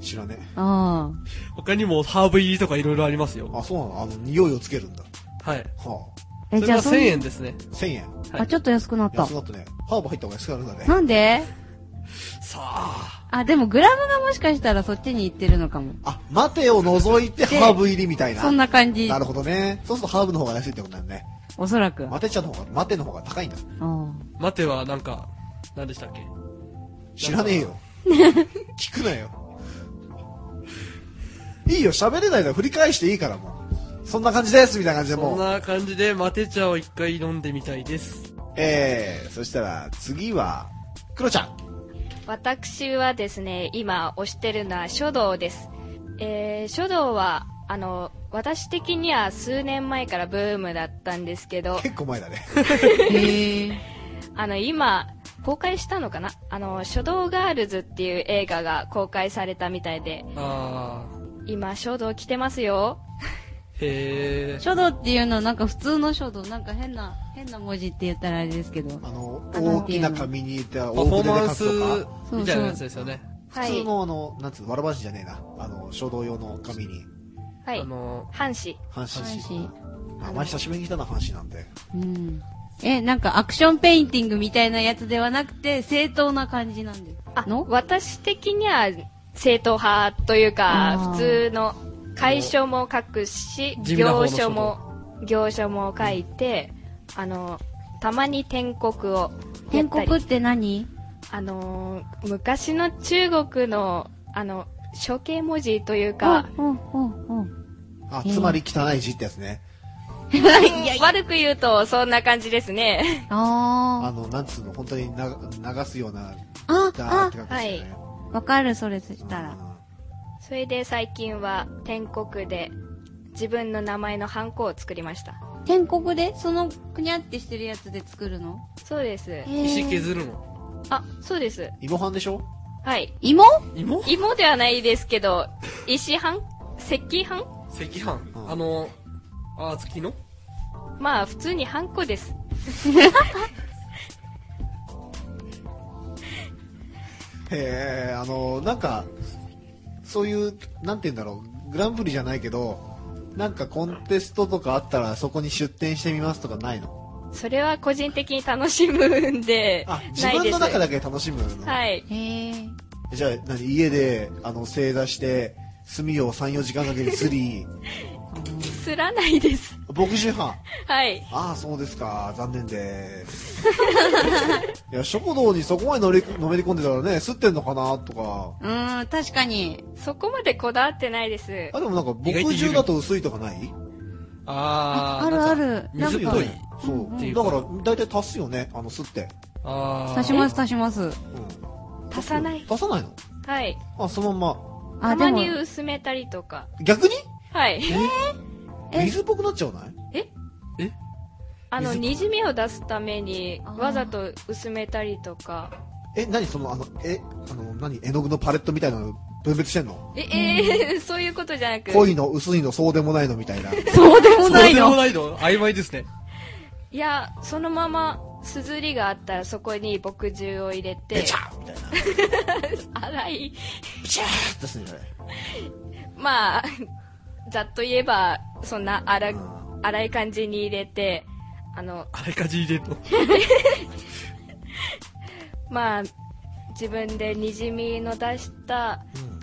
D: 知らね
B: あ
C: 他にもハーブ入りとかいろいろあります
D: え。
C: よ。
D: あ、そうなのあの、匂いをつけるんだ。
C: はい。
D: は
B: あ。
C: そ
B: え、
C: れ
B: じゃ
C: が
B: あ、そ
C: 1000
B: ん
C: 円ですね。
D: あ、1000円。
B: あ、ちょっと安くなった
D: 安。だったね。ハーブ入った方が安くなるんだね。
B: なんで
C: さあ、
B: あ、でもグラムがもしかしたらそっちに行ってるのかも。
D: あ、待てを除いてハーブ入りみたいな。
B: そんな感じ
D: な。るほどね。そうするとハーブの方が安いってことだよね。
B: おそらく。あ
D: 待て茶の方が、待ての方が高いんだ。
B: あ
C: 待てはなんか、何でしたっけ
D: 知らねえよ。聞くなよ。いいよ、喋れないの振り返していいからもう。そんな感じです、みたいな感じ
C: そ
D: で
C: ん
D: もう。
C: な感じで、マテ茶を一回飲んでみたいです。
D: えー、そしたら次は、クロちゃん。
E: 私はですね、今推してるのは書道です。えー、書道は、あの、私的には数年前からブームだったんですけど、
D: 結構前だね。
B: へえ。
E: あの、今、公開したのかなあの、書道ガールズっていう映画が公開されたみたいで、
C: あ
E: 今、書道来てますよ。
C: ー。へえ。
B: 書道っていうのはなんか普通の書道、なんか変な、変な文字って言ったらあれですけど。
D: あの、
B: あの
D: 大きな紙に入れた
C: パフォー
D: 大筆
C: マ
D: で
C: ン
D: 書
C: ス
D: くとか、
B: そう
C: みたいなやつですよね。
E: は
D: 普通
E: い。
D: のあの、なんつうの、わらばしじゃねえな。あの、書道用の紙に、
E: は
C: あ
E: い。
C: の、
E: 半紙。
D: 半
B: 半
D: 紙
B: 紙。
D: あまり久しぶりに来たな、半紙なんで。
B: うん。え、なんかアクションペインティングみたいなやつではなくて、正当な感じなんです。
E: あ
B: の、
E: 私的には正統派という
B: あー
E: か、普通の楷書も書くし、
C: 地味な方の
E: 行書も、行書も書いて、あの、たまに天国をや
B: 天
E: ったり。
B: 国って何
E: あのー昔の中国の、あの、象形文字というか、
B: うん、うん、うん。
D: あ、
B: えー
D: つまり汚い字ってやつね。
E: 悪く言うとそんな感じですね。
B: あ
D: あの、なんつうの、本当にな流すような、
B: ー。あ、
D: ダーっ
B: あ
D: て、書くんですよね。
B: わかる、それそしたら。
E: それで最近は天国で自分の名前のハンコを作りました。
B: 天国でその、くにゃってしてるやつで作るの
E: そうです。
C: 石削るの。
E: あ、そうです。
D: イボハンでしょ
E: はい。
B: 芋
C: 芋
E: 芋ではないですけど、石版石器版
C: 赤飯
D: うん。
C: あの、あー付きの
E: まあ普通にハンコです。
D: へえ、あの、なんか、そういう、なんて言うんだろう、グランプリじゃないけど、なんかコンテストとかあったらそこに出展してみますとかないの
E: それは個人的に楽しむんで
D: あ、、自
E: ない
D: 分
E: です。
D: の中だけ楽しむの
E: はい。
B: へえ。
D: じゃあ、何家で、あの、正座して、炭を3、4時間かけてすり、
E: すらないです。
D: 牧師派。
E: はい。
D: ああ、そうですか。残念です。 いや、食堂にそこまで乗り、のめり込んでたらね、すってんのかなとか。
B: うーん、確かに。
E: そこまでこだわってないです。
D: あ、でもなんか、牧汁だと薄いとかない
C: あ
B: あ
C: ー。
B: あるあ
C: なんか。
B: る。な
C: 水
B: ん
C: っ
B: か
C: ぽい。
D: そう。
C: ん
D: だから、大体足すよね。あの、すって。
C: あー。
B: 足します、足します。
D: うん。
E: 足さない。
D: 足さないの
E: はい。
D: あ、そのまんま。
B: あ、
E: た
B: で
E: ま
B: も
E: に、薄めたりとか。
D: 逆に
E: はい。
B: え
D: 水っぽくなっちゃわない
E: あの、
C: 水
E: にじみを出すために
B: あー、
E: わざと薄めたりとか。
D: え、何その、あの、え、あの、何絵の具のパレットみたいなの分別してんの
E: え、え ーそういうことじゃなく。
D: 濃いの、薄いの、そうでもないのみたいな。
B: そうでも
C: そ
B: な
C: う
B: い
C: でも
B: の。
C: ないの曖昧ですね。
E: いや、そのまま、すずりがあったらそこに墨汁を入れ
D: べ
E: て
D: ち、ゃーみたいな。
E: 洗い、
D: べちゃーってするんじゃない
E: まあ、ざっと言えば、そんな荒
D: う
E: く
D: ん
E: 荒い感じに入れて、あの、
C: あれかじ入れんの。
E: まあ、自分でにじみの出した
D: うん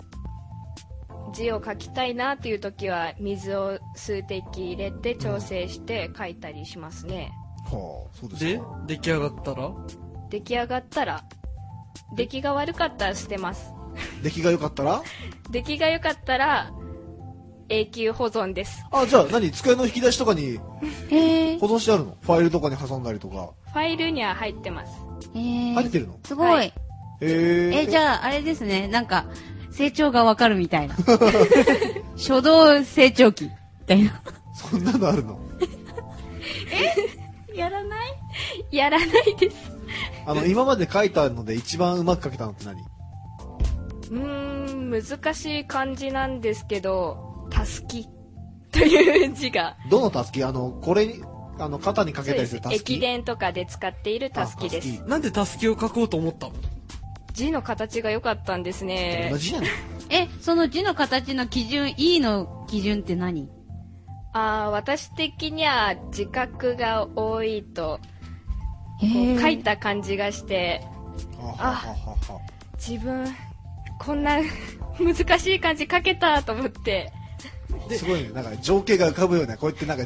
E: 字を書きたいなっていう時は水を数滴入れて調整して書いたりしますね、
D: はあ、そうです
C: で
D: か。、
C: 出来上がったら
E: 出来上がったら出来が悪かったら捨てます
D: 出来が良かったら
E: 出来が良かったら永久保存です
D: あ、じゃあ何机の引き出しとかに
B: へえ。
D: 保存してあるのファイルとかに挟んだりとか。
E: ファイルには入ってます
B: へ
D: 入っ
B: え。
D: てるの
B: すご。
E: はい
D: えー、
B: え、じゃあ、あれですね。なんか、成長がわかるみたいな。 初動成長期。みたいな。
D: そんなのあるの
B: やらない
E: やらないです
D: あの、今まで書いたので一番うまく書けたのって何
E: うーん難しい漢字なんですけど「たすき」という字が
D: どのたすきあの、これに、あの、肩にかけたりするたすき
E: 駅伝とかで使っているたすきで。
D: あ
E: す
C: なんでタスキを書こうと思ったの
E: 字の形が良かったんですね
D: 同じじゃない
B: え、その字の形の基準、E の基準って何
E: あー私的には自覚が多いと
B: へ
E: こう書い
B: ー
E: た感じがして
D: はははは
E: 自分こんな 難しい感じ書けたと思って
D: すごいね、なんか情景が浮かぶような、こうやってなんか、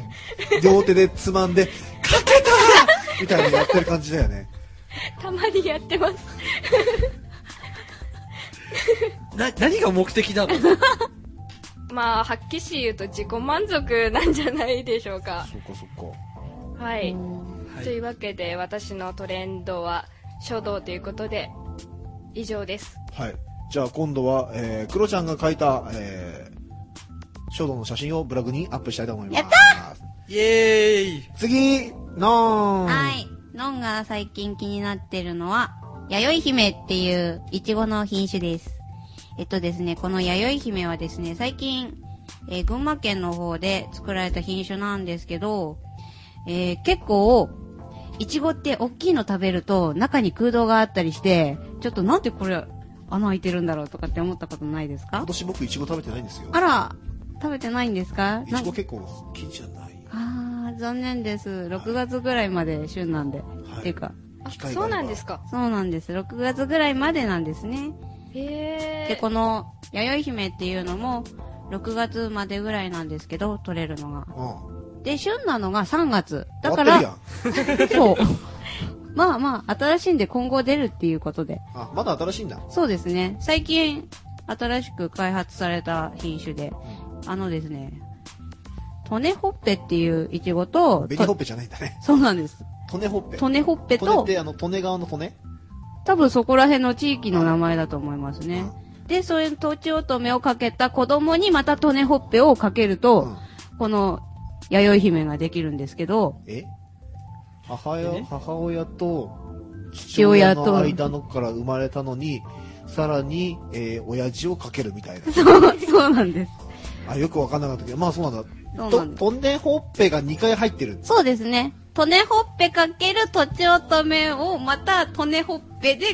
D: 両手でつまんで、かけたみたいにやってる感じだよね。
E: たまにやってます
C: な、何が目的なの
E: まあはっきし言うと自己満足なんじゃないでしょうか
D: そっかそっか。
E: はい、
C: い
E: というわけで私のトレンドは書道ということで以上です
D: はい。じゃあ今度は、えー、クロちゃんが描いた、えー、書道の写真をブログにアップしたいと思います。やった
C: イエーイ
D: 次、のーん。
B: はい。のんが最近気になってるのは、弥生姫っていうイチゴの品種です。えっとですね、この弥生姫はですね、最近、えー群馬県の方で作られた品種なんですけど、えー結構、いちごって大きいの食べると中に空洞があったりして、ちょっとなんでこれ穴開いてるんだろうとかって思ったことないですか
D: 今年僕、いちご食べてないんですよ。
B: あら、食べてないんですか
D: いちご
B: な
D: 結構、気じゃない。
B: あー、残念です。6月ぐらいまで旬なんで。
D: はい
B: っていうか、
E: あ
D: 機械があれば
E: そうなんですか。
B: そうなんです。6月ぐらいまでなんですね。
E: へ
B: で、
E: え。
B: この、弥生姫っていうのも、6月までぐらいなんですけど、取れるのが。
D: うん。
B: で、旬なのが3月。だ
D: 終
B: か
D: わってるや
B: ら、
D: ん。
B: そう。 まあまあ、新しいんで今後出るっていうことで。
D: あ、まだ新しいんだ。
B: そうですね。最近、新しく開発された品種で、あのですね、トネホッペっていうイチゴと、
D: 紅ほ
B: と
D: っぺじゃないんだね。
B: そうなんです。
D: トネほっぺ。
B: トネホッペ
D: トネっ
B: と、
D: て、あの、トネ側のトネ
B: 多分そこら辺の地域の名前だと思いますね。で、そういうとちおとめをかけた子供にまたトネほっぺをかけると、
D: うん
B: この、弥生姫ができるんですけど、
D: え母親、母親と
B: 父親と
D: の間のから生まれたのに、さらに、えー、親父をかけるみたい な。
B: そう、そうなんです。
D: あ、よくわかんなかったけど、まあそうな
B: そ
D: んだ。
B: うな
D: と、
B: んです。
D: トンネほっぺが2回入ってる。
B: そうですね。トネほっぺかけるとちおとめをまたトネほっぺで、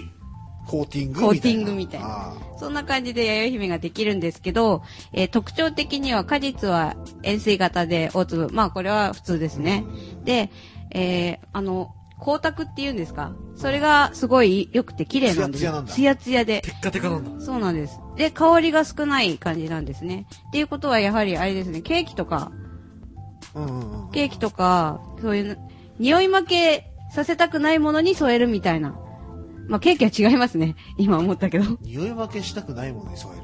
D: コーティングみたいな。
B: コーティングみたいな
D: あ
B: そんな感じで弥生姫ができるんですけど、えー特徴的には果実は円錐型で大粒。まあこれは普通ですね。で、えーあの、光沢っていうんですかそれがすごい良くて綺麗なんです。
D: ツヤツヤなんだ
B: ツヤツヤで。
C: テッカテカなんだ。
B: そうなんです。で、香りが少ない感じなんですね。っていうことはやはりあれですね、ケーキとか、
D: ーうんうんうん。
B: ケーキとか、そういう、匂い負けさせたくないものに添えるみたいな。まあ、ケーキは違いますね。今思ったけど。
D: 匂い分けしたくないものに添える。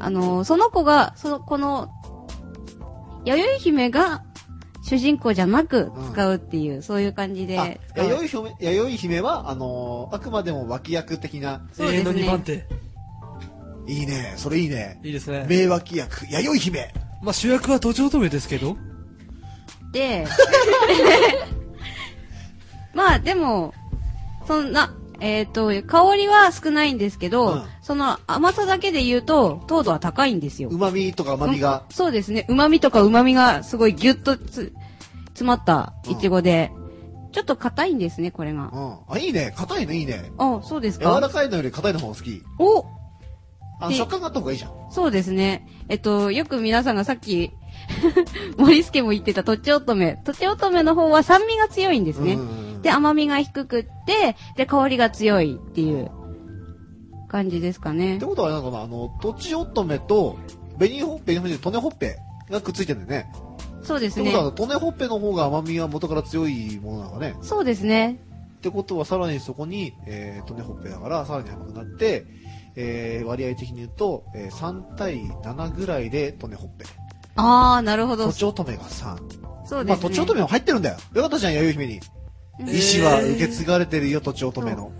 B: あの、その子が、その、この、弥生姫が主人公じゃなく使うっていう、そういう感じ
D: あ
B: で。、
D: 弥生姫、弥生姫は、あのーあくまでも脇役的な。
B: そう
C: 永
B: で
C: 遠
B: す
C: の2番
B: ね。
C: 手。
D: いいね、それいいね。
C: いいですね。
D: 名脇役、弥生姫。
C: まあ、主役は土壌止めですけど。
B: で、 まあでも、そんな、えっ、と、香りは少ないんですけど、
D: うん
B: その甘さだけで言うと、糖度は高いんですよ。
D: 旨味とか甘味が。
B: うんそうですね。旨味とか旨味がすごいギュッとつ、詰まったイチゴで、ちょっと硬いんですね、これが
D: う。ん。あ、いいね、硬いのいいね。
B: あ、そうです
D: 柔
B: から
D: かいのより硬いの方が好き。
B: お
D: あの、
B: で
D: 食感があった方がいいじゃん。
B: そうですね。えっと、よく皆さんがさっき、 森助も言ってたとちおとめ。とちおとめの方は酸味が強いんですね。
D: うん
B: で、甘みが低くって、で、香りが強いっていう感じですかね
D: って。ことはあれなのかな、あの、とちおとめと、紅ほっぺ、紅ほっぺとねほっぺがくっついてるんだよね。
B: そうです
D: ってこと
B: ね。
D: は、とねほっぺの方が甘みは元から強いものなのかね。
B: そうですね。
D: ってことは、さらにそこに、えー、とねほっぺだから、さらに甘くなって、えー、割合的に言うと、えー、3対7ぐらいで、とねほっぺ。
B: あー、なるほど
D: と。ちおとめが3。
B: そう
D: ま
B: で
D: あ、
B: すね。
D: とちおとめも入ってるんだよ。よかったじゃん、弥生姫に。
B: うん
D: 意志は受け継がれてるよ、とちおとめの。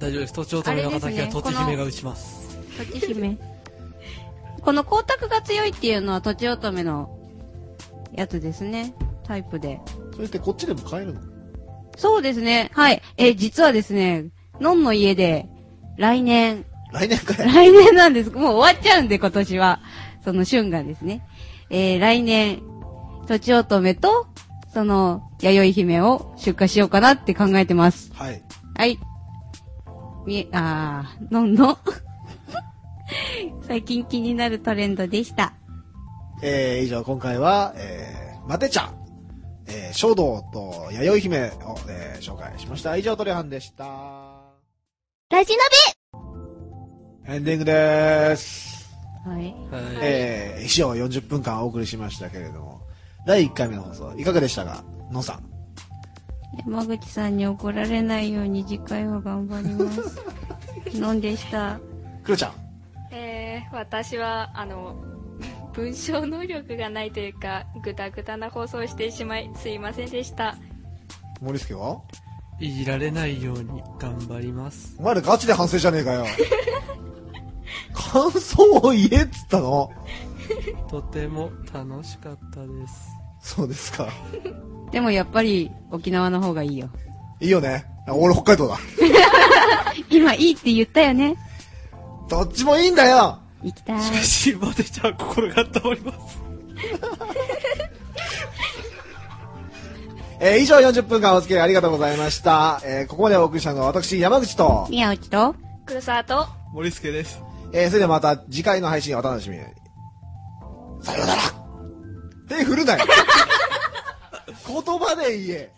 C: 大丈夫です。土壌止めの
B: あれで
C: 敵
B: す
C: は
B: ね
C: 土地姫が打ちます。
B: とち姫。 この光沢が強いっていうのはとちおとめのやつですね。タイプで。
D: それってこっちでも買えるの
B: そうですね。はい。えー、実はですね、のんの家で、来年、
D: 来年か い。
B: 来年なんです。もう終わっちゃうんで、今年は。その春がですね。えー、来年、とちおとめと、その、弥生姫を出荷しようかなって考えてます。
D: はい。
B: はい。みえ、あー、のんの。 最近気になるトレンドでした。
D: えー、以上、今回は、えー、マテ茶、えー、衝動と弥生姫を、えー紹介しました。以上、トレハンでした。
A: ラジナ
D: エンディングです。
B: はい。
C: はい。
D: えー、以上40分間お送りしましたけれども、第1回目の放送、いかがでしたかのんさん。
B: 山口さんに怒られないように次回は頑張り ます。のんでした。
D: くるちゃん。
E: えー、私は、あの、 文章能力がないというか、ぐたぐたな放送をしてしまい、すいませんでした。
D: 森助はい
C: じられないように頑張ります。
D: お前らガチで反省じゃねえかよ。感想を言えっつったの
C: とても楽しかったです。
D: そうですか。
B: でもやっぱり沖縄の方がいいよ。
D: いいよね。あ俺北海道だ。
B: 今いいって言ったよね。
D: どっちもいいんだよ
B: 行きたい。
C: しかし、モテちゃん心が通ります。
D: えー以上40分間お付き合いありがとうございました。えーここまでお送りしたのは私、山口と、
B: 宮内と、
E: 黒沢と、
C: 森助です。
D: えーそれではまた次回の配信をお楽しみに。さようなら手振るなよ言葉で言え